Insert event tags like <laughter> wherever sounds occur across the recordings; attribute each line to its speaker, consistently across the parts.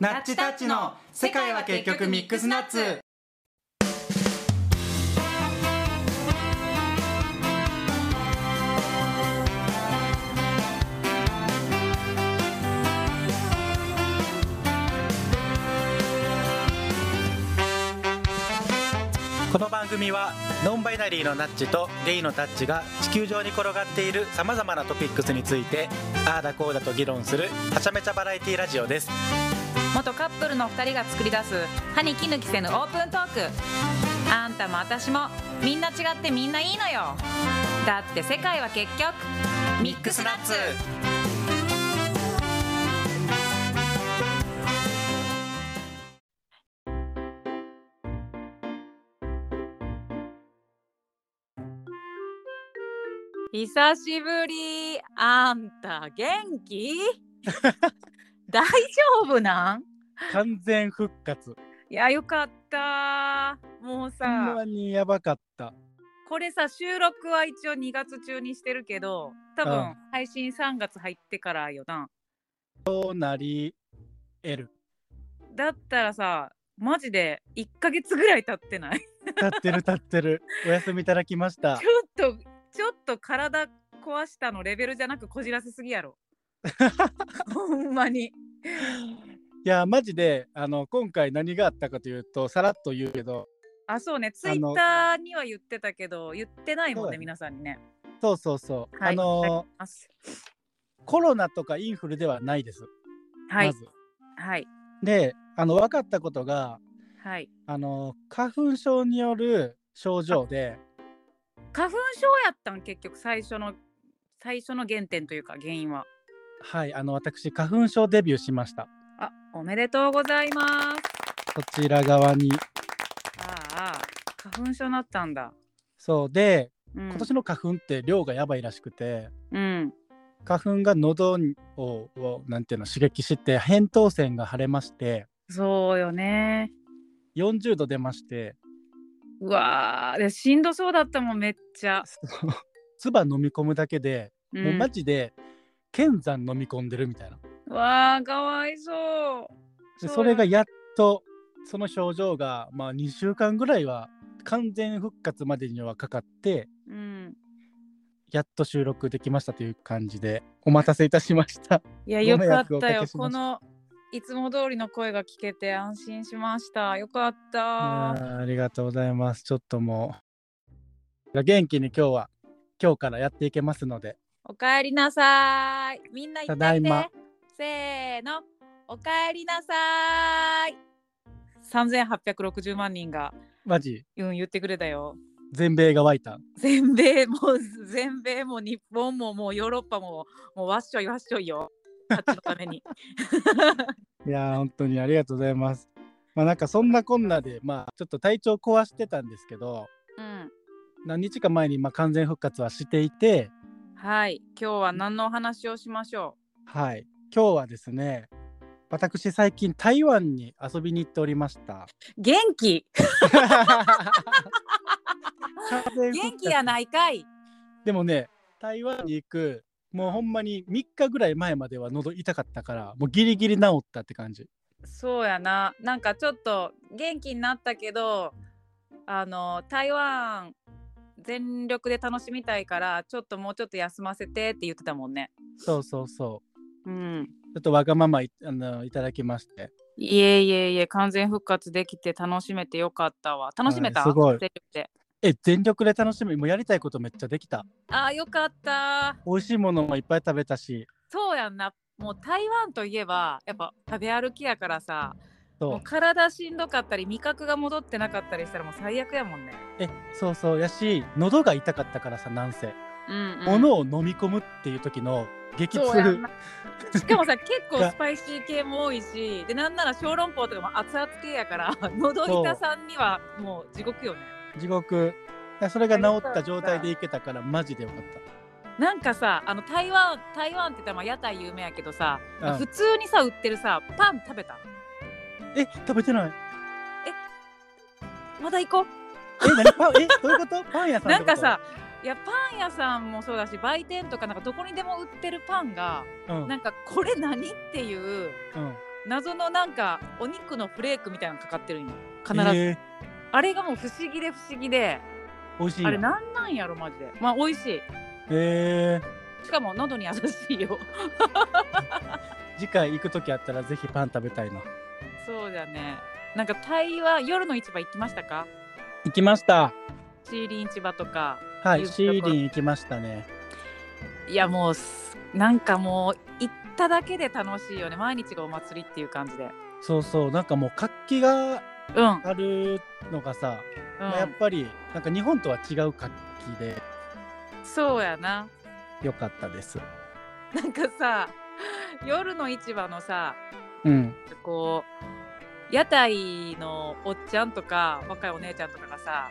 Speaker 1: ナッチタッチの世界は結局ミックスナッツ
Speaker 2: この番組はノンバイナリーのナッチとゲイのタッチが地球上に転がっているさまざまなトピックスについてああだこうだと議論するはちゃめちゃバラエティラジオです
Speaker 3: 元カップルの2人が作り出す歯に衣着せぬオープントークあんたも私もみんな違ってみんないいのよだって世界は結局ミックスナッツ久しぶりあんた元気大丈夫なん
Speaker 2: 完全復活
Speaker 3: いやよかったもう
Speaker 2: ほん
Speaker 3: さ
Speaker 2: まにやばかった
Speaker 3: これさ収録は一応2月中にしてるけど多
Speaker 2: う
Speaker 3: 分
Speaker 2: ん
Speaker 3: 配信3月入ってからよな
Speaker 2: となり得る
Speaker 3: だったらさマジで1ヶ月ぐらい経ってないち
Speaker 2: 立って
Speaker 3: <laughs>
Speaker 2: る立ってるお休みいただきました
Speaker 3: ょっとちょっと体壊したのレベルじゃなくこじらせすぎ
Speaker 2: <laughs>
Speaker 3: やろほんまに
Speaker 2: いやマジであの今回何があったかというとさらっと言うけど
Speaker 3: あそうねツイ
Speaker 2: あの
Speaker 3: ッターには言ってたけど言ってないも
Speaker 2: そう
Speaker 3: ん
Speaker 2: だ
Speaker 3: ね
Speaker 2: ね
Speaker 3: 皆さんにね
Speaker 2: そうそうそう、
Speaker 3: はい
Speaker 2: あの
Speaker 3: あす
Speaker 2: コロナとかインフルではないです、
Speaker 3: は
Speaker 2: ま
Speaker 3: い
Speaker 2: ず
Speaker 3: はい
Speaker 2: であの分かったことが
Speaker 3: はい
Speaker 2: あの花粉症による症状で
Speaker 3: 花粉症やったん結局最初の最初の原点というか原因は
Speaker 2: はいあの私花粉症デビューしました
Speaker 3: あおめでとうございます
Speaker 2: そちら側に
Speaker 3: ああああ花粉症なったんだ、
Speaker 2: そうで
Speaker 3: うん、
Speaker 2: 今年の花粉って量がやばいらしくて
Speaker 3: うん
Speaker 2: 花粉が喉ををなんていうの刺激して扁桃腺が腫れまして
Speaker 3: そうよね
Speaker 2: 40度出まして
Speaker 3: うわあでしんどそうだったもんめっちゃ、
Speaker 2: 唾飲み込むだけで、
Speaker 3: う、
Speaker 2: もうんマジで剣山飲み込んでるみたいな
Speaker 3: うわあかわいそう
Speaker 2: で
Speaker 3: そう
Speaker 2: それがやっとその症状がまあ2週間ぐらいは完全復活までにはかかって
Speaker 3: うん
Speaker 2: やっと収録できましたという感じでお待たせいたしました。
Speaker 3: いや
Speaker 2: ご
Speaker 3: よ
Speaker 2: 迷
Speaker 3: かっ
Speaker 2: 惑をおか
Speaker 3: た
Speaker 2: けし
Speaker 3: よ
Speaker 2: ました
Speaker 3: このいつも通りの声が聞けて安心しましたよかっ
Speaker 2: い
Speaker 3: た
Speaker 2: やーありがとうございます。ちょっともう元気に今日は今日からやっていけますので
Speaker 3: おかえりなさいみんな言って
Speaker 2: ただい
Speaker 3: みて
Speaker 2: ま
Speaker 3: せーのおかえりなさい3860万人が
Speaker 2: マジ
Speaker 3: うん言ってくれたよ
Speaker 2: 全米が湧いた。
Speaker 3: 全米もう全米も日本ももうヨーロッパももうわっしょいわっしょいよタッチのために
Speaker 2: いやー本当にありがとうございます。まあなんかそんなこんなでまあちょっと体調壊してたんですけど
Speaker 3: うん
Speaker 2: 何日か前にまあ完全復活はしていて
Speaker 3: はい今日は何のお話をしましょ
Speaker 2: はい今日はですね私最近台湾に遊びに行っておりました。
Speaker 3: う元気元
Speaker 2: 元
Speaker 3: 気やないかい
Speaker 2: でもね台湾に行くもうほんまに3日ぐらい前までは喉痛かったからもうギリギリ治ったって感じ
Speaker 3: そうやななんかちょっと元気になったけどあの台湾全力で楽しみたいからちょっともうちょっと休ませてって言ってたもんね
Speaker 2: そうそうそ
Speaker 3: うん
Speaker 2: うちょっとわがままいあのいただきまして
Speaker 3: いえいえいえ完全復活できて楽しめてよかったわ楽しめた、
Speaker 2: はいすごい
Speaker 3: 全力で
Speaker 2: え全力で楽しみもうやりたいことめっちゃできた
Speaker 3: あーよかった
Speaker 2: 美味しいものもいっぱい食べたし
Speaker 3: そうやんなもう台湾といえばやっぱ食べ歩きやからさも
Speaker 2: そう
Speaker 3: う体しんどかったり味覚が戻ってなかったりしたらもう最悪やもんね
Speaker 2: えそうそうやし喉が痛かったからさなんせ、
Speaker 3: うん、うん
Speaker 2: 物を飲み込むっていう時の激
Speaker 3: そうや
Speaker 2: 痛
Speaker 3: んなしかもさ結構スパイシー系も多いしでなんなら小籠包とかも熱々系やから喉痛さんにはもう地獄よね
Speaker 2: 地獄いやそれが治った状態で行けたからマジでよかっ
Speaker 3: なんかさあの台湾台湾って言ったらまあ屋台有名やけどさ、
Speaker 2: た、うん
Speaker 3: 普通にさ売ってるさパン食べた
Speaker 2: え食べてない
Speaker 3: また行こう
Speaker 2: え何パンえどういうことパン屋さんって
Speaker 3: な
Speaker 2: こ
Speaker 3: ん
Speaker 2: と
Speaker 3: かさいやパン屋さんもそうだし売店とかなんかどこにでも売ってるパンが
Speaker 2: うん
Speaker 3: なんかこれ何っていう
Speaker 2: うん
Speaker 3: 謎のなんかお肉のフレークみたいなのかかってるんよ必ず、
Speaker 2: えー
Speaker 3: あれがもう不思議で不思議で
Speaker 2: 美味しい
Speaker 3: あれ
Speaker 2: んや
Speaker 3: なんなんやろマジでまあ美味し
Speaker 2: え
Speaker 3: いしかも喉に優しいよ
Speaker 2: ー次回行く時あったらぜひパン食べたいな
Speaker 3: <laughs> そうだねなんかタイは夜の市場行きましたか
Speaker 2: 行きました
Speaker 3: シーリン市場とか
Speaker 2: はい
Speaker 3: 夕食
Speaker 2: シーリン行きましたね
Speaker 3: いやもうすなんかもう行っただけで楽しいよね毎日がお祭りっていう感じで
Speaker 2: そうそうなんかもう活気が
Speaker 3: うん、うん、
Speaker 2: あるのがさ、まあやっぱりなんか日本とは違う活気で
Speaker 3: そうやな
Speaker 2: 良かったです
Speaker 3: なんかさ夜の市場のさ
Speaker 2: うん
Speaker 3: こう屋台のおっちゃんとか若いお姉ちゃんとかがさ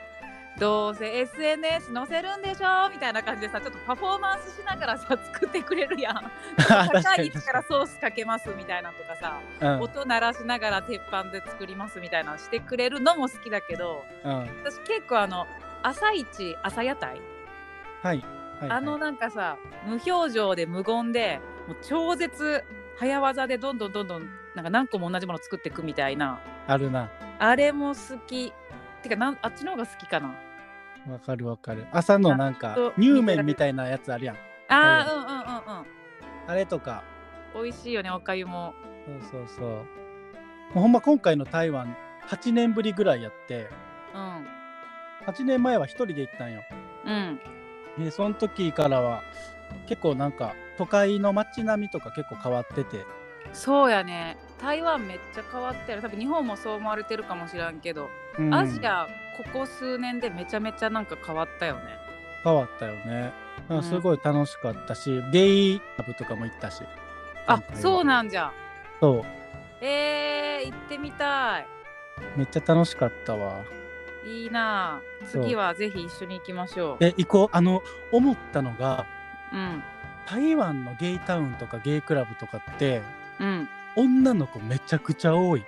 Speaker 3: どうせ SNS 載せるんでしょみたいな感じでさちょっとパフォーマンスしながらさ作ってくれるやん
Speaker 2: <laughs> 確
Speaker 3: 高
Speaker 2: か
Speaker 3: い位
Speaker 2: に
Speaker 3: 置からソースかけますみたいなのとかさ、
Speaker 2: うんうん
Speaker 3: 音鳴らしながら鉄板で作りますみたいなのしてくれるのも好きだけど私結構あの朝一朝屋
Speaker 2: は
Speaker 3: 台
Speaker 2: いはいはい
Speaker 3: あのなんかさ無表情で無言でもう超絶早技でどんどんどんどんなんか何個も同じもの作っていくみたいな
Speaker 2: あるな
Speaker 3: あれも好きてかなんあっちの方が好きかな
Speaker 2: わかるわかる朝のなん
Speaker 3: あ
Speaker 2: か
Speaker 3: と
Speaker 2: 乳麺みたいなやつあるやん
Speaker 3: あー、うんうんう
Speaker 2: あれとか
Speaker 3: んうん美味しいよねおかゆも
Speaker 2: そうそうそうもうほんま今回の台湾8年ぶりぐらいやって
Speaker 3: うん
Speaker 2: 8年前は一人で行ったんよ
Speaker 3: うん
Speaker 2: でその時からは結構なんか都会の街並みとか結構変わってて
Speaker 3: そうやね台湾めっちゃ変わってる多分日本もそう思われてるかもしらんけど、
Speaker 2: うん
Speaker 3: アジアここ数年でめちゃめちゃなんか変わったよね
Speaker 2: 変わったよねなんかすごい楽しかったし、デイラブとかも行ったし
Speaker 3: あそう
Speaker 2: な
Speaker 3: なんじゃ
Speaker 2: そう
Speaker 3: えー、行ってみたい
Speaker 2: めっちゃ楽しかったわ
Speaker 3: いいなあ
Speaker 2: そう
Speaker 3: 次はぜひ一緒に行きましょう。
Speaker 2: で行こうあの思ったのが
Speaker 3: うん
Speaker 2: 台湾のゲイタウンとかゲイクラブとかって
Speaker 3: うん。
Speaker 2: 女の子めちゃくちゃ多い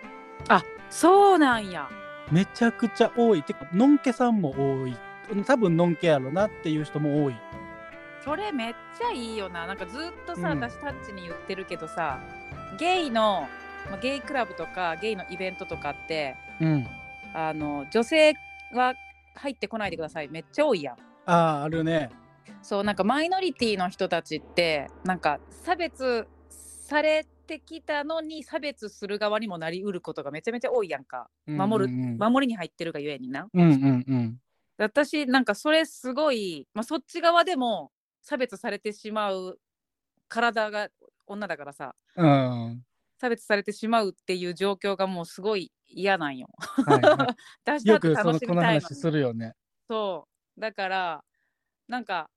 Speaker 3: そうなんや。
Speaker 2: めちゃくちゃ多いてかのんけさんも多い多分のんけやろなっていう人も多い
Speaker 3: それめっちゃいいよな。なんかずっとさ、
Speaker 2: うん
Speaker 3: 私タッチに言ってるけどさ、ゲイの、まあ、ゲイクラブとかゲイのイベントとかって、
Speaker 2: うん
Speaker 3: あの女性は入ってこないでください。めっちゃ多いやん。
Speaker 2: あああるね
Speaker 3: そうなんかマイノリティの人たちってなんか差別されてきたのに差別する側にもなりうることがめちゃめちゃ多いやんか。守る
Speaker 2: うんうん
Speaker 3: 守りに入ってるがゆえにな。
Speaker 2: うんうんうん
Speaker 3: 私なんかそれすごい、まあ、そっち側でも差別されてしまう体が女だからさ
Speaker 2: うんはい
Speaker 3: 差別されてしまうっていう状況がもうすごい嫌なんよ。
Speaker 2: は
Speaker 3: <laughs> 私
Speaker 2: い、
Speaker 3: だっ
Speaker 2: よ
Speaker 3: て
Speaker 2: くそ
Speaker 3: 楽
Speaker 2: の
Speaker 3: し
Speaker 2: こ
Speaker 3: み
Speaker 2: の
Speaker 3: たいの
Speaker 2: 話するよね
Speaker 3: そうだからなんか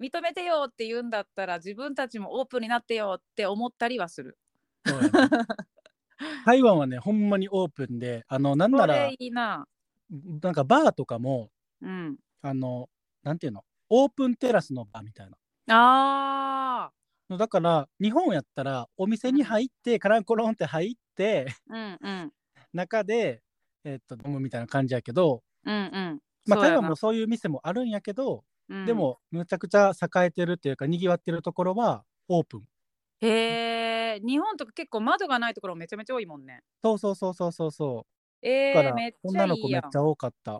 Speaker 3: 認めてよって言うんだったら自分たちもオープンになってよって思ったりはする。
Speaker 2: そうやね台湾はねほんまにオープンであのなん
Speaker 3: そ
Speaker 2: なら
Speaker 3: れいいな。
Speaker 2: なんかバーとかも
Speaker 3: うん、
Speaker 2: あのなんていうのオープンテラスのバーみたいな
Speaker 3: あ
Speaker 2: のだから日本やったらお店に入ってカランコロンって入って
Speaker 3: ーうんうん
Speaker 2: 中で、えっと飲むみたいな感じやけど、
Speaker 3: うんうん。
Speaker 2: まあ、
Speaker 3: そうや
Speaker 2: 台
Speaker 3: な
Speaker 2: 湾もそういう店もあるんやけど
Speaker 3: うん
Speaker 2: でもむちゃくちゃ栄えてるっていうかにぎわってるところはオープン
Speaker 3: へえ日本とか結構窓がないところめちゃめちゃ多いもんね。
Speaker 2: そうそうそうそうそうそ
Speaker 3: え
Speaker 2: うだか
Speaker 3: ー、
Speaker 2: ら
Speaker 3: めっちゃ
Speaker 2: 女
Speaker 3: い
Speaker 2: の子
Speaker 3: い
Speaker 2: めっ
Speaker 3: や
Speaker 2: ちゃ多かった
Speaker 3: ん。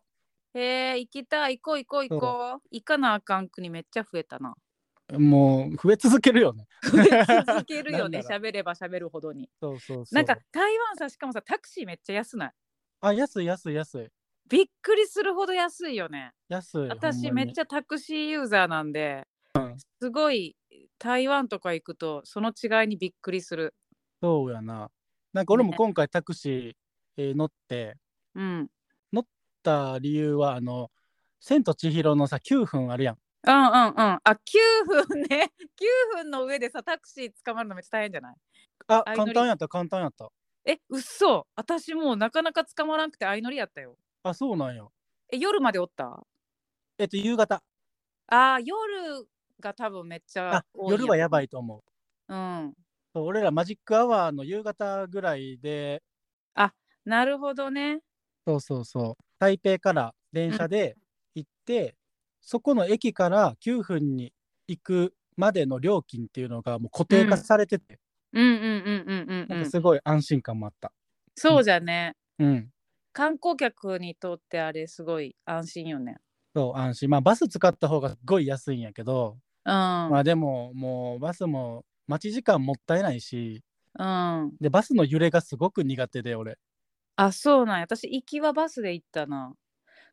Speaker 3: えー、行きたい行こう行こう行こう。行かなあかん国めっちゃ増
Speaker 2: <laughs>
Speaker 3: えたな。
Speaker 2: もう増え続けるよね
Speaker 3: 増え続けるよね
Speaker 2: なんなら
Speaker 3: 喋れば喋るほどに。
Speaker 2: そうそうそう
Speaker 3: なんか台湾さしかもさタクシーめっちゃ安ない。
Speaker 2: あ安い安い安い
Speaker 3: びっくりするほど安いよね。
Speaker 2: 安い
Speaker 3: 私めっち
Speaker 2: ゃ
Speaker 3: ゃタクシーユーザーなんで、すごい台湾とか行くとその違いにびっくりする。
Speaker 2: そうやななんか俺も
Speaker 3: ね
Speaker 2: 今回タクシー、えー乗って
Speaker 3: うん。
Speaker 2: た理由はあの「千と千尋」のさ9分あるやん
Speaker 3: うんうんうん。あ9分ね <laughs> 9分の上でさタクシー捕まるのめっちゃ大変じゃない
Speaker 2: あ
Speaker 3: 相乗
Speaker 2: 簡
Speaker 3: り
Speaker 2: 単やった簡単やった
Speaker 3: え嘘私もうなかなか捕まらなくて相乗りやったよ
Speaker 2: あそうなんや
Speaker 3: え夜までおった
Speaker 2: えっと夕方
Speaker 3: あー夜が多分めっちゃ
Speaker 2: あ
Speaker 3: 多い
Speaker 2: 夜はやば
Speaker 3: い
Speaker 2: いと思う
Speaker 3: うん
Speaker 2: そう俺らマジックアワーの夕方ぐらいで
Speaker 3: なるほどね
Speaker 2: そうそうそう台北から電車で行って、そこの駅から9分に行くまでの料金っていうのがもう固定化されてて、
Speaker 3: うんうんうんうんうん
Speaker 2: な
Speaker 3: うんん
Speaker 2: かすごい安心感もあった。
Speaker 3: そうじゃね
Speaker 2: うん。
Speaker 3: 観光客にとってあれすごい安心よね
Speaker 2: そう、安心。まあ、バス使った方がすごい安いんやけど、
Speaker 3: うん
Speaker 2: まあでも、もうバスも待ち時間もったいないし、
Speaker 3: うん
Speaker 2: で、バスの揺れがすごく苦手で、俺。
Speaker 3: あそうなんや私行きはバスで行ったな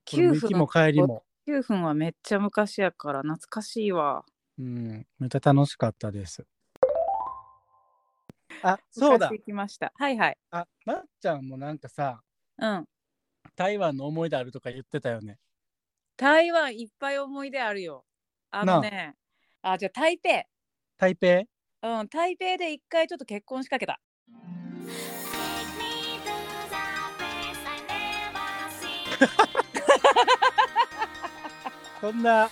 Speaker 2: これ行
Speaker 3: 9
Speaker 2: き
Speaker 3: 分
Speaker 2: も
Speaker 3: の
Speaker 2: 帰りも。
Speaker 3: 9分はめっちゃ昔やから懐かしいわ
Speaker 2: うん。めっちゃ楽しかったです。あ、そうだ
Speaker 3: 昔。行きましたはいはい
Speaker 2: あ、まっちゃんもなんかさ、
Speaker 3: うん
Speaker 2: 台湾の思い出あるとか言ってたよね。
Speaker 3: 台湾いっぱい思い出あるよあのねあじゃあ台北
Speaker 2: 台北
Speaker 3: うん、台北で一回ちょっと結婚しかけた。
Speaker 2: そんな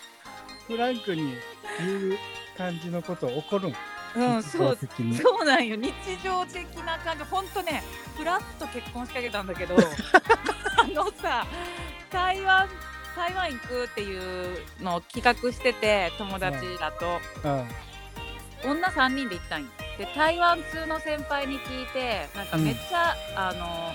Speaker 2: フランクに言う感じのこと起こるん <laughs>
Speaker 3: うん、そう、
Speaker 2: 日常的に
Speaker 3: そうなんよ。日常的な感じ、本当ね、ふらっと結婚しかけたんだけ <laughs> ど。あのさ、台湾、台湾行くっていうのを企画してて、友達だと。
Speaker 2: うん
Speaker 3: 女3人で行ったんよで台湾通の先輩に聞いてなんかめっちゃ、あの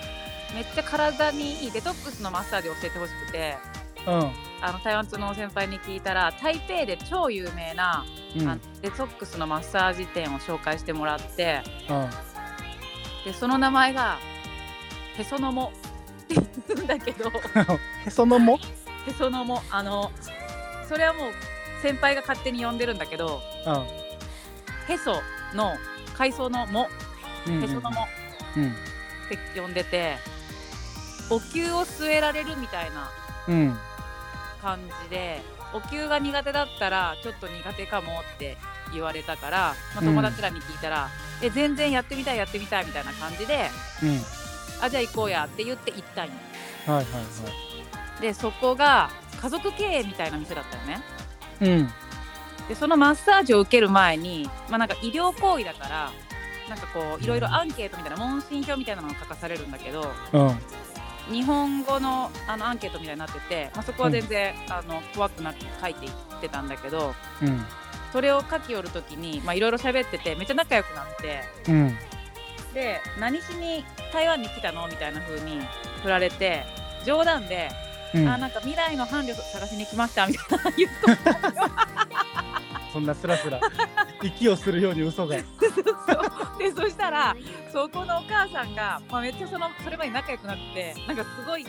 Speaker 3: めっちゃ体にいいデトックスのマッサージを教えてほしくてあの台湾通の先輩に聞いたら台北で超有名な、
Speaker 2: うんうん
Speaker 3: あのデトックスのマッサージ店を紹介してもらってでその名前がへそのもって言うんだけど
Speaker 2: へそのも
Speaker 3: へそのもあのそれはもう先輩が勝手に呼んでるんだけど
Speaker 2: う
Speaker 3: へその海藻のも
Speaker 2: ん
Speaker 3: へそのも。
Speaker 2: うん
Speaker 3: って呼んでてお灸を据えられるみたいな
Speaker 2: うん
Speaker 3: 感じでお灸が苦手だったらちょっと苦手かもって言われたから、まあ、
Speaker 2: うん
Speaker 3: 友達らに聞いたら、え全然やってみたいやってみたいみたいな感じで
Speaker 2: うん
Speaker 3: あじゃあ行こうやって言って行ったんよ
Speaker 2: はいはいは
Speaker 3: でそこが家族経営みたいな店だったよね
Speaker 2: いうん
Speaker 3: でそのマッサージを受ける前に、まあ、なんか医療行為だからなんかこういろいろアンケートみたいな問診票みたいなのが書かされるんだけど、
Speaker 2: うん
Speaker 3: 日本語のあのアンケートみたいになってて、まあ、そこは全然、あの怖くなく書いていってたんだけど
Speaker 2: うん
Speaker 3: それを書き寄る時にまあいろいろ喋っててめっちゃ仲良くなって
Speaker 2: うん
Speaker 3: で何しに台湾に来たのみたいな風に振られて冗談で、
Speaker 2: うん
Speaker 3: あなんか未来の伴侶探しに来ましたみたいな言っ
Speaker 2: そんなスラスラ息をするように嘘が
Speaker 3: とでそしたらそこのお母さんが、まあ、めっちゃそのそれまで仲良くなってなんかすごい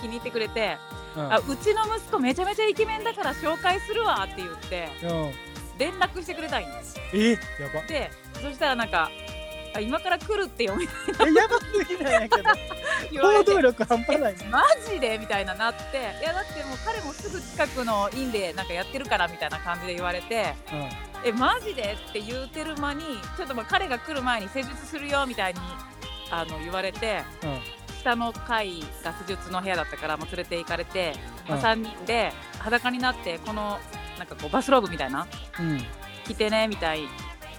Speaker 3: 気に入ってくれて、うあ
Speaker 2: う
Speaker 3: うちの息子めちゃめちゃイケメンだから紹介するわって言って。
Speaker 2: んうん
Speaker 3: 連絡してくれたんよ
Speaker 2: えやば
Speaker 3: でそしたらなんか「あ今から来るってよ」みたい
Speaker 2: えやばすぎないんやけど
Speaker 3: な言わ
Speaker 2: 行
Speaker 3: れて
Speaker 2: 動力半端ない
Speaker 3: 「マジで?」みたいななって「いやだってもう彼もすぐ近くの院でなんかやってるから」みたいな感じで言われて「えマジで?」って言うてる間にちょっとまあ彼が来る前に施術するよみたいにあの言われて
Speaker 2: うんうん
Speaker 3: 下の階が施術の部屋だったからもう連れて行かれて、ま
Speaker 2: う
Speaker 3: あ、
Speaker 2: ん
Speaker 3: 3人で裸になってこのなんかこうバスローブみたいな着てねみたいに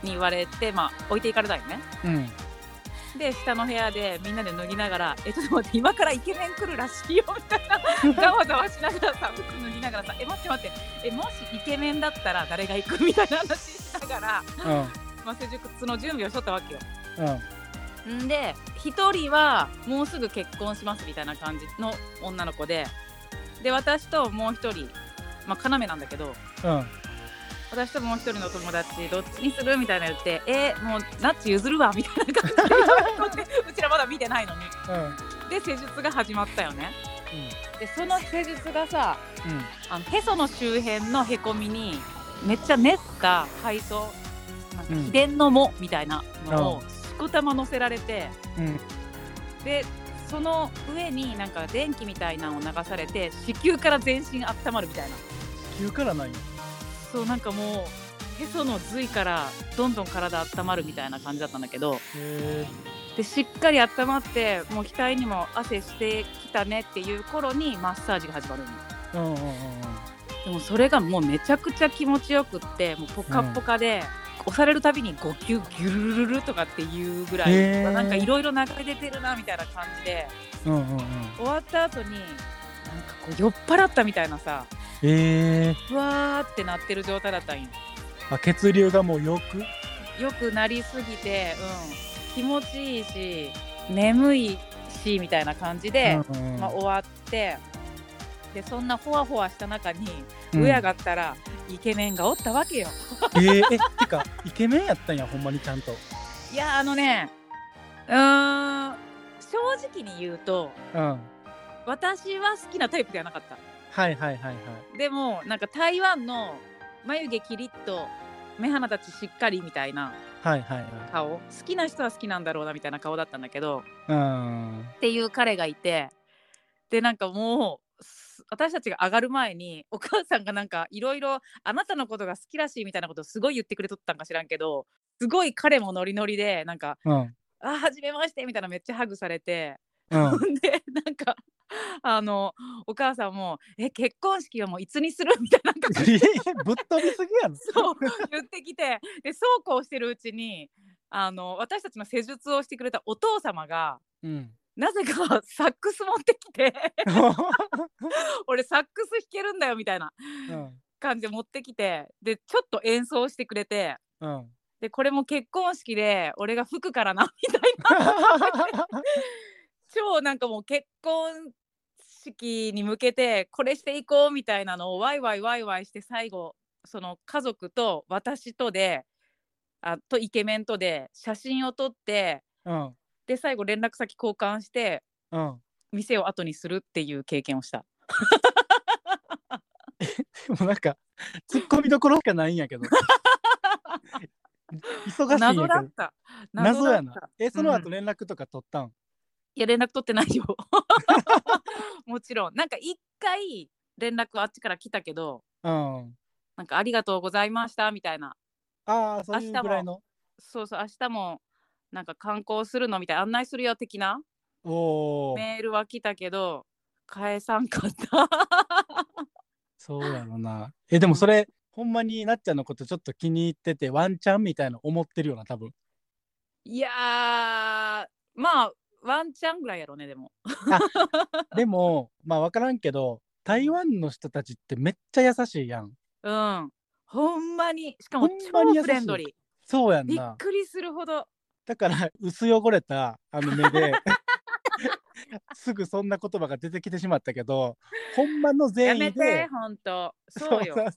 Speaker 3: 言われて、まあ、置いていかれたんよね。
Speaker 2: うんうん
Speaker 3: で下の部屋でみんなで脱ぎながら「えちょっと待って今からイケメン来るらしいよ」みたい
Speaker 2: <laughs>
Speaker 3: なざわざわしながらさ服脱ぎながらさ「え待って待ってえもしイケメンだったら誰が行く?」みたいな話しながら、
Speaker 2: うん
Speaker 3: まあ、施術の準備をしとったわけよ。
Speaker 2: うん
Speaker 3: んで1人はもうすぐ結婚しますみたいな感じの女の子でで私ともう1人、まあ、要なんだけど
Speaker 2: うん
Speaker 3: 私ともう一人の友達どっちにするみたいな言って「えもうナッチ譲るわ」みたいな感じで <laughs> うちらまだ見てないのに。
Speaker 2: うん
Speaker 3: で施術が始まったよねでその施術がさ
Speaker 2: うん
Speaker 3: あのへその周辺のへこみにめっちゃ練った海藻なんか
Speaker 2: うん
Speaker 3: 秘伝の藻みたいなのをしこたま乗せられて
Speaker 2: うん
Speaker 3: でその上になんか電気みたいなのを流されて子宮から全身温まるみたいな
Speaker 2: 急からないよ
Speaker 3: そうなんかもうへその髄からどんどん体温まるみたいな感じだったんだけど
Speaker 2: へ
Speaker 3: でしっかり温まってもう額にも汗してきたねっていう頃にマッサージが始まるの。
Speaker 2: えうんうんうん
Speaker 3: でもそれがもうめちゃくちゃ気持ちよくってもうポカポカで、押されるたびに呼吸ギュルルルルとかっていうぐらい、
Speaker 2: へー
Speaker 3: なんかいろいろ流れ出てるなみたいな感じで
Speaker 2: うんうんうんうん
Speaker 3: 終わった後になんかこう酔っ払ったみたいなさ
Speaker 2: ええ
Speaker 3: ふわーってなってる状態だったんよ
Speaker 2: あ血流がもうよく
Speaker 3: 良くなりすぎて、うん、気持ちいいし眠いしみたいな感じで、
Speaker 2: うん
Speaker 3: まあ、終わってでそんなほわほわした中に、
Speaker 2: うん
Speaker 3: 親がったらイケメンがおったわけよ。
Speaker 2: えー、えてかイケメンやったんやほんまにちゃんと
Speaker 3: いやあのねうーん正直に言うと
Speaker 2: うんはい
Speaker 3: 私は好きなタイプではなかった。
Speaker 2: はいはいはい
Speaker 3: でもなんか台湾の眉毛キリッと目鼻立ちしっかりみたいな
Speaker 2: はいはいはい
Speaker 3: 顔好きな人は好きなんだろうなみたいな顔だったんだけど
Speaker 2: うん
Speaker 3: っていう彼がいてでなんかもうす私たちが上がる前にお母さんがなんかいろいろあなたのことが好きらしいみたいなことをすごい言ってくれとったんか知らんけどすごい彼もノリノリでなんか
Speaker 2: うん
Speaker 3: 「あーはじめまして」みたいなめっちゃハグされて
Speaker 2: うん
Speaker 3: ほんでなんかあのお母さんも「え結婚式はもういつにする?」みたいななんか
Speaker 2: えぶっ飛びすぎやろ
Speaker 3: <laughs> そう言ってきてでそうこうしてるうちにあの私たちの施術をしてくれたお父様が
Speaker 2: うん <laughs>
Speaker 3: なぜか <laughs> サックス持ってきて <laughs> 俺サックス弾けるんだよみたいな
Speaker 2: うん
Speaker 3: 感じで持ってきてでちょっと演奏してくれて
Speaker 2: うん
Speaker 3: でこれも結婚式で俺が服からなみたいな超なんかもう結婚式に向けてこれしていこうみたいなのをワイワイワイワイして最後その家族と私とであとイケメンとで写真を撮って
Speaker 2: うん
Speaker 3: で最後連絡先交換して
Speaker 2: うん
Speaker 3: 店を後にするっていう経験をした。
Speaker 2: でもなんかツッコミどころしかないんやけど忙しいん
Speaker 3: 謎
Speaker 2: や
Speaker 3: だ
Speaker 2: け
Speaker 3: っ
Speaker 2: ど
Speaker 3: た。
Speaker 2: 謎
Speaker 3: だ
Speaker 2: や
Speaker 3: っ
Speaker 2: な
Speaker 3: た
Speaker 2: えその後連絡とか取ったん
Speaker 3: いや連絡取ってないよ。 <laughs> もちろんなんか一回連絡はあっちから来たけど
Speaker 2: うん
Speaker 3: なんかありがとうございましたみたいな
Speaker 2: ああそういうぐらいの
Speaker 3: そうそう明日もなんか観光するのみたいな案内するよ的な
Speaker 2: おお
Speaker 3: メールは来たけど返さんかった
Speaker 2: そうやろなえでもそれほんまになっちゃんのことちょっと気に入っててワンチャンみたいな思ってるよな多分
Speaker 3: <laughs> いやーまあワンチャンぐらいやろねでも
Speaker 2: でも <laughs> まあ分からんけど台湾の人たちってめっちゃ優しいやん
Speaker 3: うんほんまにしかも
Speaker 2: ほんまに優しい
Speaker 3: 超フレンドリー
Speaker 2: そうやん
Speaker 3: び
Speaker 2: な
Speaker 3: っくりするほど
Speaker 2: だから薄汚れたあの目で <laughs> すぐそんな言葉が出てきてしまったけどほんまの
Speaker 3: や
Speaker 2: 善
Speaker 3: め
Speaker 2: 意
Speaker 3: て
Speaker 2: で
Speaker 3: ほんとそうよ
Speaker 2: そうそう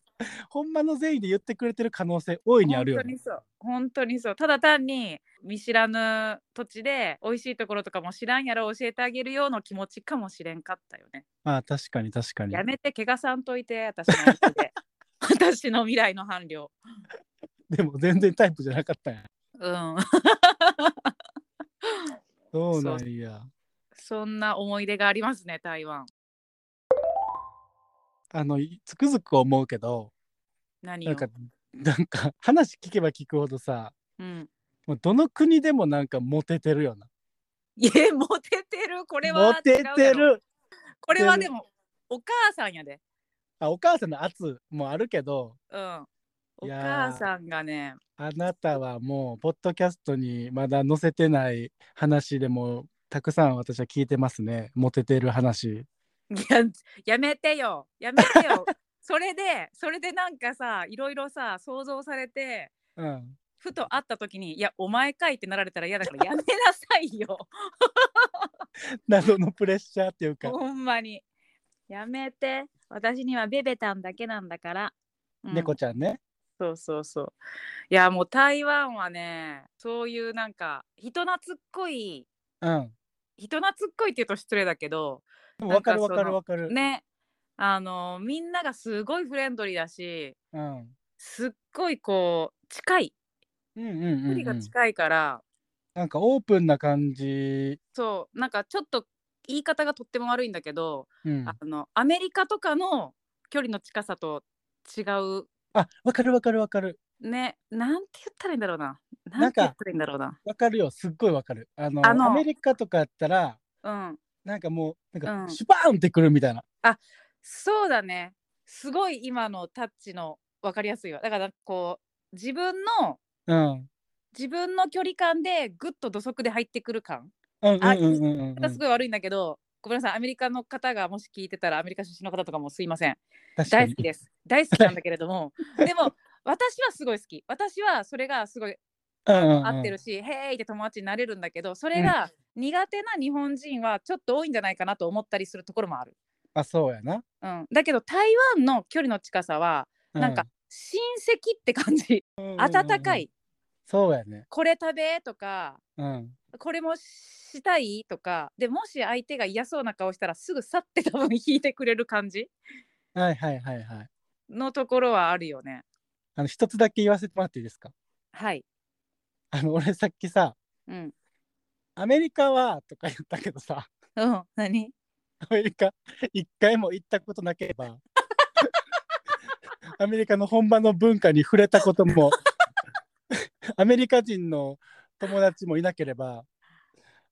Speaker 2: ほんまの善意で言ってくれてる可能性大いにあるよ
Speaker 3: 本当
Speaker 2: ね
Speaker 3: にそう本当にそうただ単に見知らぬ土地で美味しいところとかも知らんやろ教えてあげるような気持ちかもしれんかったよね
Speaker 2: まあ確かに確かに
Speaker 3: やめて怪我さんといて私の相
Speaker 2: <laughs>
Speaker 3: 手で私の未来の伴侶
Speaker 2: でも全然タイプじゃなかったんや <laughs>
Speaker 3: うん
Speaker 2: そうなんや
Speaker 3: そんな思い出がありますね台湾
Speaker 2: あのいつくづく思うけど
Speaker 3: 何
Speaker 2: な
Speaker 3: よ
Speaker 2: んかなんか話聞けば聞くほどさ
Speaker 3: うん、
Speaker 2: もうどの国でもなんかモテてるよない
Speaker 3: えモテてるこれは
Speaker 2: モテて
Speaker 3: 違うやろ
Speaker 2: る
Speaker 3: これはでもお母さんやで
Speaker 2: あお母さんの圧もあるけど
Speaker 3: うんお
Speaker 2: いやー
Speaker 3: 母さんがね
Speaker 2: あなたはもうポッドキャストにまだ載せてない話でもたくさん私は聞いてますねモテてる話
Speaker 3: いややめてよやめて
Speaker 2: <laughs>
Speaker 3: よそれでそれでなんかさいろいろさ想像されて
Speaker 2: うん
Speaker 3: ふと会った時に「いやお前かい」ってなられたら嫌だからやめなさいよ
Speaker 2: 謎のプレッシャーっていう
Speaker 3: <laughs>
Speaker 2: か、
Speaker 3: ほんまに。やめて。私にはベベタンだけなんだから。うん
Speaker 2: 猫ちゃんね
Speaker 3: そうそうそう。いやもう台湾はね、そういうなんか人懐っこい、
Speaker 2: うん
Speaker 3: 人懐っこいって言うと失礼だけど、
Speaker 2: でもわかるわ
Speaker 3: なん
Speaker 2: か
Speaker 3: かそ
Speaker 2: る
Speaker 3: の
Speaker 2: わかる、
Speaker 3: ね、あのみんながすごいフレンドリーだし、
Speaker 2: うん、
Speaker 3: すっごいこう近い、
Speaker 2: うんうんうんう
Speaker 3: 距
Speaker 2: ん
Speaker 3: 離が近いから、
Speaker 2: なんかオープンな感じ、
Speaker 3: そうなんかちょっと言い方がとっても悪いんだけど、
Speaker 2: うん、
Speaker 3: あのアメリカとかの距離の近さと違う
Speaker 2: あわかるわかるわかる
Speaker 3: ね、なんて言ったらいいんだろうな。
Speaker 2: な
Speaker 3: なんん
Speaker 2: か
Speaker 3: て言ったらいいんだろうな。
Speaker 2: わかるよすっごいわかるあの
Speaker 3: あの
Speaker 2: アメリカとかやったら
Speaker 3: うん。
Speaker 2: なんかもうなん
Speaker 3: うん
Speaker 2: かシュバーンってくるみたいな、
Speaker 3: そうだね。すごい今のタッチの分かりやすいわ。だからこう自分の
Speaker 2: うん、
Speaker 3: 自分の距離感でぐっと土足で入ってくる感。
Speaker 2: うんうんうんうんうん
Speaker 3: またすごい悪いんだけど、ごめんなさい。アメリカの方がもし聞いてたらアメリカ出身の方とかもすいません。
Speaker 2: 確か
Speaker 3: 大
Speaker 2: に
Speaker 3: 好 <laughs> きです。大好きなんだけれども、でも私はすごい好き。私はそれがすごい
Speaker 2: 合
Speaker 3: 合ってるし「へーい!」って友達になれるんだけどそれが苦手な日本人はちょっと多いんじゃないかなと思ったりするところもある。
Speaker 2: あそうやな、
Speaker 3: うん、だけど台湾の距離の近さは
Speaker 2: う
Speaker 3: なんか親戚って感 <laughs> じ、温か
Speaker 2: うんうんうん
Speaker 3: い
Speaker 2: そうやね
Speaker 3: 「これ食べ」とか
Speaker 2: うん
Speaker 3: 「これもしたい?」とかでもし相手が嫌そうな顔したらすぐ去って多分引いてくれる感じ
Speaker 2: はいはいはいはい
Speaker 3: のところはあるよね。
Speaker 2: あの一つだけ言わせてもらっていいですか
Speaker 3: はい、
Speaker 2: あの俺さっきさ
Speaker 3: うん
Speaker 2: 「アメリカは」とか言ったけどさ
Speaker 3: うん、何
Speaker 2: アメリカ一回も行ったことなければ <laughs> アメリカの本場の文化に触れたことも <laughs> アメリカ人の友達もいなければ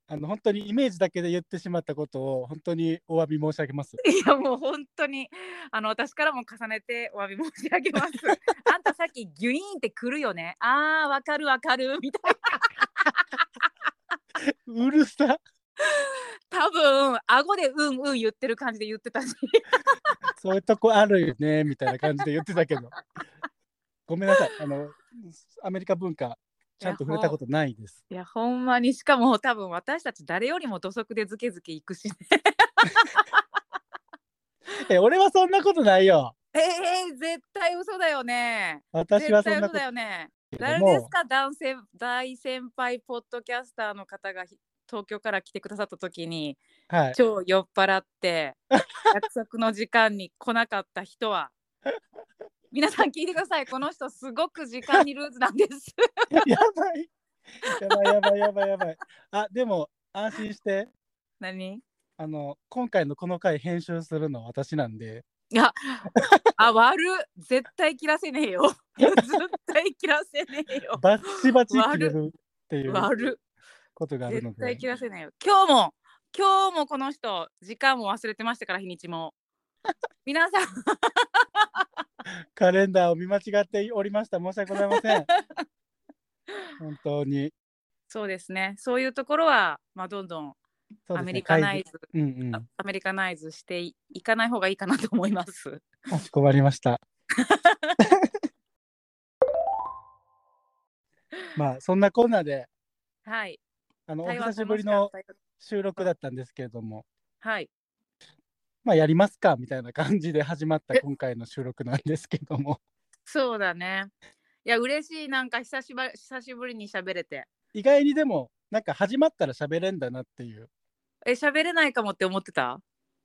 Speaker 2: あの本当にイメージだけで言ってしまったことを本当にお詫び申し上げます。
Speaker 3: いやもう本当にあの私からも重ねてお詫び申し上げます。 <laughs> あんたさっきギュイーンってくるよね。あーわかるわかるみたいう
Speaker 2: るさ
Speaker 3: な。多分顎でうんうん言ってる感じで言ってたし。
Speaker 2: そういうとこあるよねみたいな感じで言ってたけどごめんなさいあのアメリカ文化ちゃんと触れたことないです。
Speaker 3: いやほんまにしかも多分私たち誰よりも土足でズケズケ行くし、ね。 <laughs>
Speaker 2: え俺はそんなことないよ
Speaker 3: えー、絶対嘘だよね。
Speaker 2: 私は
Speaker 3: 絶
Speaker 2: そんな
Speaker 3: 対嘘
Speaker 2: こと
Speaker 3: だ
Speaker 2: ない
Speaker 3: よね。
Speaker 2: けど
Speaker 3: 誰
Speaker 2: も
Speaker 3: ですか男性大先輩ポッドキャスターの方がひ東京から来てくださった時に。
Speaker 2: はい
Speaker 3: 超酔っ払って約束の時間に来なかった
Speaker 2: <laughs>
Speaker 3: 人は皆さん聞いてくださいこの人すごく時間にルーズなんです
Speaker 2: <laughs> やばい。やばいやばいやばいやばい。あ、でも安心して。
Speaker 3: 何
Speaker 2: あの今回のこの回編集するのは私なんで
Speaker 3: あ悪っ絶対切らせねえよ <laughs> 絶対切らせねえよ
Speaker 2: バッチバチ切れるっていう
Speaker 3: 悪
Speaker 2: ことが
Speaker 3: っ
Speaker 2: あるの
Speaker 3: 絶対
Speaker 2: で
Speaker 3: 切らせねえよ今日も今日もこの人時間も忘れてましたから日に
Speaker 2: <laughs>
Speaker 3: ちも皆さん
Speaker 2: カレンダーを見間違っておりました申し訳ございま
Speaker 3: <laughs>
Speaker 2: せん本当に
Speaker 3: そうですねそういうところは、まあ、どんどん
Speaker 2: そうですね
Speaker 3: アメリカナイズ
Speaker 2: 改善うんう
Speaker 3: あ
Speaker 2: ん
Speaker 3: アメリカナイズしていいかない方がいいかなと思います。
Speaker 2: かしこまりました
Speaker 3: <laughs>
Speaker 2: まあそんなコーナーで
Speaker 3: はい。
Speaker 2: あのお
Speaker 3: 台湾
Speaker 2: 久しぶりの
Speaker 3: 楽かったよ
Speaker 2: 収録だったんですけれども
Speaker 3: はい。
Speaker 2: まあやりますかみたいな感じで始まった今回の収録なんですけども
Speaker 3: そうだね。いや、嬉しい。なんか久しぶり久しぶりに喋れて。
Speaker 2: 意外にでもなんか始まったら喋れんだなっていう
Speaker 3: え、喋れないかもって思ってた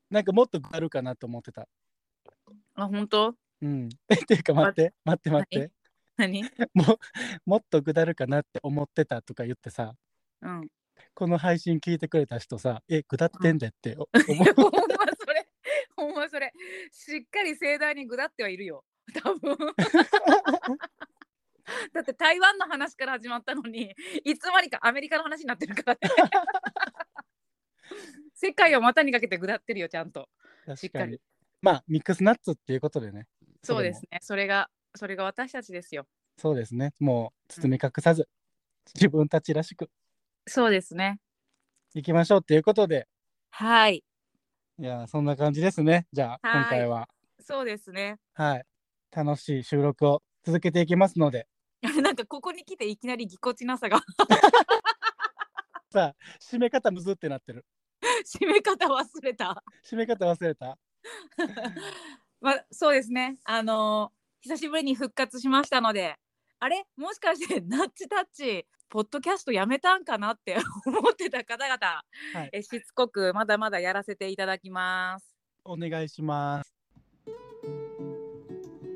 Speaker 2: なんかもっとあるかなと思ってた。
Speaker 3: あ、本当
Speaker 2: うんっていうか待って待って待って、
Speaker 3: 何
Speaker 2: もうもっと下るかなって思ってたとか言ってさ
Speaker 3: うん。
Speaker 2: この配信聞いてくれた人さえ下ってんでってお
Speaker 3: い <laughs>
Speaker 2: 思
Speaker 3: やほ
Speaker 2: うん
Speaker 3: まそれ。ほんまそれ。しっかり盛大にぐだってはいるよ。多分だって台湾の話から始まったのにいつまにかアメリカの話になってるからね世界を股にかけてぐだってるよちゃんと
Speaker 2: 確
Speaker 3: しっか
Speaker 2: か
Speaker 3: り
Speaker 2: にまあミックスナッツっていうことでねそれも
Speaker 3: そうですねそれがそれが私たちですよ
Speaker 2: そうですねもう包み隠さず、自分たちらしく
Speaker 3: そうですね
Speaker 2: いきましょうっていうことで
Speaker 3: はい
Speaker 2: いやーそんな感じですねじゃあ
Speaker 3: はい
Speaker 2: 今回は
Speaker 3: そうですね <laughs>
Speaker 2: はい。楽しい収録を続けていきますので、
Speaker 3: なんかここに来ていきなりぎこちなさが <laughs>
Speaker 2: さあ、締め方むずってなってる。
Speaker 3: 締め方忘れた
Speaker 2: 締め方忘れた
Speaker 3: まあそうですねあのー久しぶりに復活しましたのであれもしかしてナッチタッチポッドキャストやめたんかなって <laughs> 思ってた方々、
Speaker 2: はい
Speaker 3: えしつこくまだまだやらせていただきます
Speaker 2: お願いします。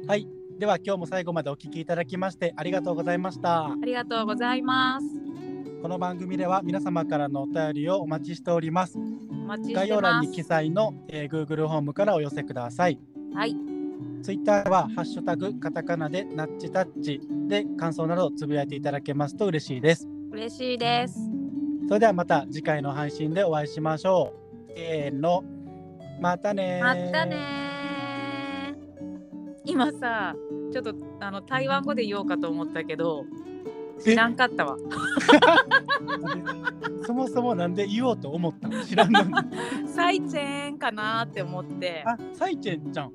Speaker 2: はい。では今日も最後までお聞きいただきましてありがとうございました。
Speaker 3: ありがとうございます
Speaker 2: この番組では皆様からのお便りをお待ちしております。
Speaker 3: お待ちし
Speaker 2: 概
Speaker 3: て
Speaker 2: 要欄
Speaker 3: ま
Speaker 2: に
Speaker 3: す
Speaker 2: 記載の、えー Google ホームからお寄せください。
Speaker 3: はい
Speaker 2: ツイッターはハッシュタグカタカナでナッチタッチで感想などをつぶやいていただけますと嬉しいです。
Speaker 3: 嬉しいです
Speaker 2: それではまた次回の配信でお会いしましょう。せーの。またねー
Speaker 3: まったねー今さちょっとあの台湾語で言おうかと思ったけど知らんかったわ <laughs>
Speaker 2: そもそもなんで言おうと思ったの知らんのに。
Speaker 3: サイチェーンかなーって思って
Speaker 2: あ、サイチェンじゃん。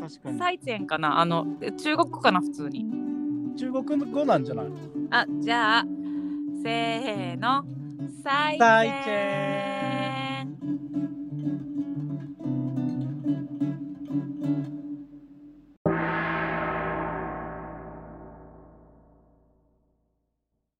Speaker 2: 確かに。
Speaker 3: サイチェーンかなあのえ中国語かな普通に
Speaker 2: 中国語なんじゃない
Speaker 3: あじゃあせーの再
Speaker 2: 再
Speaker 3: 見
Speaker 2: 見